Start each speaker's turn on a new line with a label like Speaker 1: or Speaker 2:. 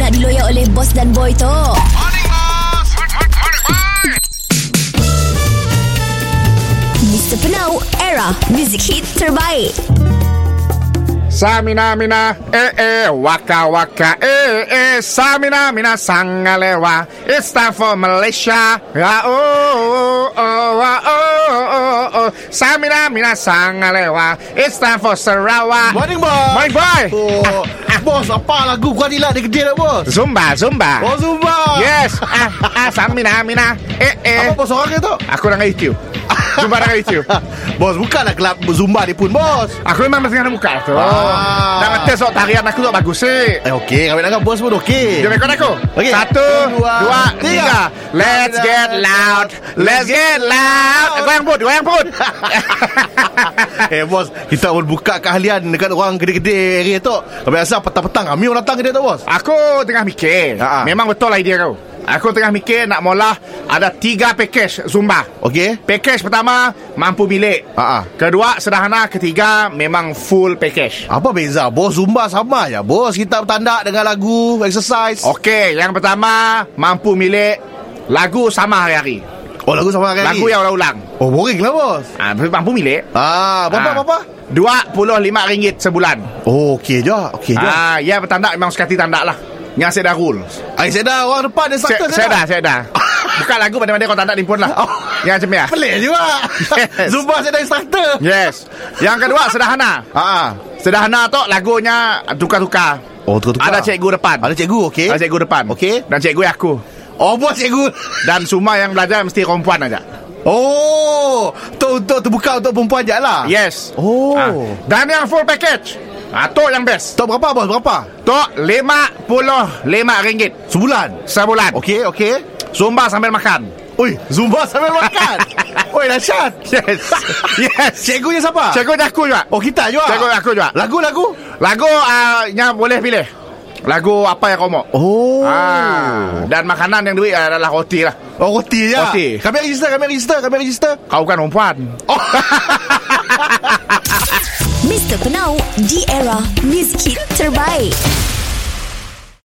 Speaker 1: tak diloyak oleh bos dan boy tu. Mr. Penau, era music hit terbaik.
Speaker 2: Samina mina eh eh waka waka eh eh Samina mina sangalewa It's time for Malaysia ah, oh, oh, oh, ah, oh, oh, oh. Samina mina sangalewa It's time for Sarawak
Speaker 3: Morning, boss.
Speaker 2: Morning boy
Speaker 3: Oh, bos, apa lagu gua ni lah dia kerja dah, bos?
Speaker 2: Zumba Zumba
Speaker 3: Oh, Zumba.
Speaker 2: Yes ah, ah, Samina mina eh eh
Speaker 3: Apa bos orang dia tu?
Speaker 2: Aku dengan YouTube Zumba dengan YouTube
Speaker 3: Ha, bos, bukanlah kelab Zumba ni pun, bos.
Speaker 2: Aku memang masih nak buka tu
Speaker 3: Ah.
Speaker 2: Dah mati sok tarian aku sok bagus sih
Speaker 3: Eh, okey. Kami nak bos pun okey.
Speaker 2: Dia rekod aku
Speaker 3: Okey.
Speaker 2: Satu Dua,
Speaker 3: Dua,
Speaker 2: tiga.
Speaker 3: tiga.
Speaker 2: Let's get loud Let's get loud Goyang put Goyang put
Speaker 3: Eh bos Kita pun buka keahlian Dekat orang gede-gede area tu Biasa petang-petang Kami orang datang kedai tu bos
Speaker 2: Aku tengah mikir
Speaker 3: Ha, ha.
Speaker 2: Memang betul idea kau Aku tengah mikir nak mula Ada tiga package Zumba
Speaker 3: Okey
Speaker 2: Package pertama Mampu bilik
Speaker 3: Ha, ha.
Speaker 2: Kedua sederhana Ketiga memang full package
Speaker 3: Apa beza bos Zumba sama ya bos Kita bertandak dengan lagu Exercise
Speaker 2: Okey yang pertama Mampu bilik Lagu sama hari-hari
Speaker 3: Oh lagu sama hari
Speaker 2: Lagu yang ulang-ulang
Speaker 3: Oh boring lah bos
Speaker 2: ha, Mampu bilik
Speaker 3: Ah, berapa
Speaker 2: Ah.
Speaker 3: berapa?
Speaker 2: RM25 sebulan
Speaker 3: Oh, okey je. Okey je.
Speaker 2: Ah, ya bertandak memang sekali tandak lah. Yang saya dah rule.
Speaker 3: Ai saya dah orang depan dia
Speaker 2: Saya,
Speaker 3: sakta
Speaker 2: saya dah, saya dah. Bukan lagu pandai-pandai kau tandak limpun lah.
Speaker 3: Oh.
Speaker 2: Yang macam ya.
Speaker 3: Pelik juga.
Speaker 2: Yes. Ya.
Speaker 3: Zumba saya dah instructor.
Speaker 2: Yes. Yang kedua sederhana.
Speaker 3: Ha. ah.
Speaker 2: Sederhana tu lagunya tukar-tukar.
Speaker 3: Oh, tukar-tukar.
Speaker 2: Ada cikgu depan.
Speaker 3: Ada cikgu, okey.
Speaker 2: Ada cikgu depan.
Speaker 3: Okey.
Speaker 2: Dan cikgu aku.
Speaker 3: Oh, bos cikgu.
Speaker 2: Dan semua yang belajar mesti perempuan aja.
Speaker 3: Oh, tu untuk terbuka untuk perempuan je lah.
Speaker 2: Yes.
Speaker 3: Oh.
Speaker 2: Ah. Dan yang full package. Ah, tu yang best.
Speaker 3: Tok berapa bos? Berapa?
Speaker 2: Tu RM55
Speaker 3: Sebulan.
Speaker 2: sebulan.
Speaker 3: Okey, okey.
Speaker 2: Zumba sambil makan.
Speaker 3: Oi, Zumba sambil makan. Oi, dahsyat.
Speaker 2: Yes. yes.
Speaker 3: Cikgunya siapa?
Speaker 2: Cikgu dia aku juga.
Speaker 3: Oh, kita juga.
Speaker 2: Cikgu lah. aku juga.
Speaker 3: Lagu-lagu.
Speaker 2: Lagu uh, yang boleh pilih Lagu apa yang kau mau
Speaker 3: Oh.
Speaker 2: ah, Dan makanan yang duit adalah roti lah
Speaker 3: Oh, roti je.
Speaker 2: Roti.
Speaker 3: Kami register, kami register, kami register.
Speaker 2: Kau bukan perempuan
Speaker 3: Oh.
Speaker 1: Mr. Penau, di era music hit terbaik.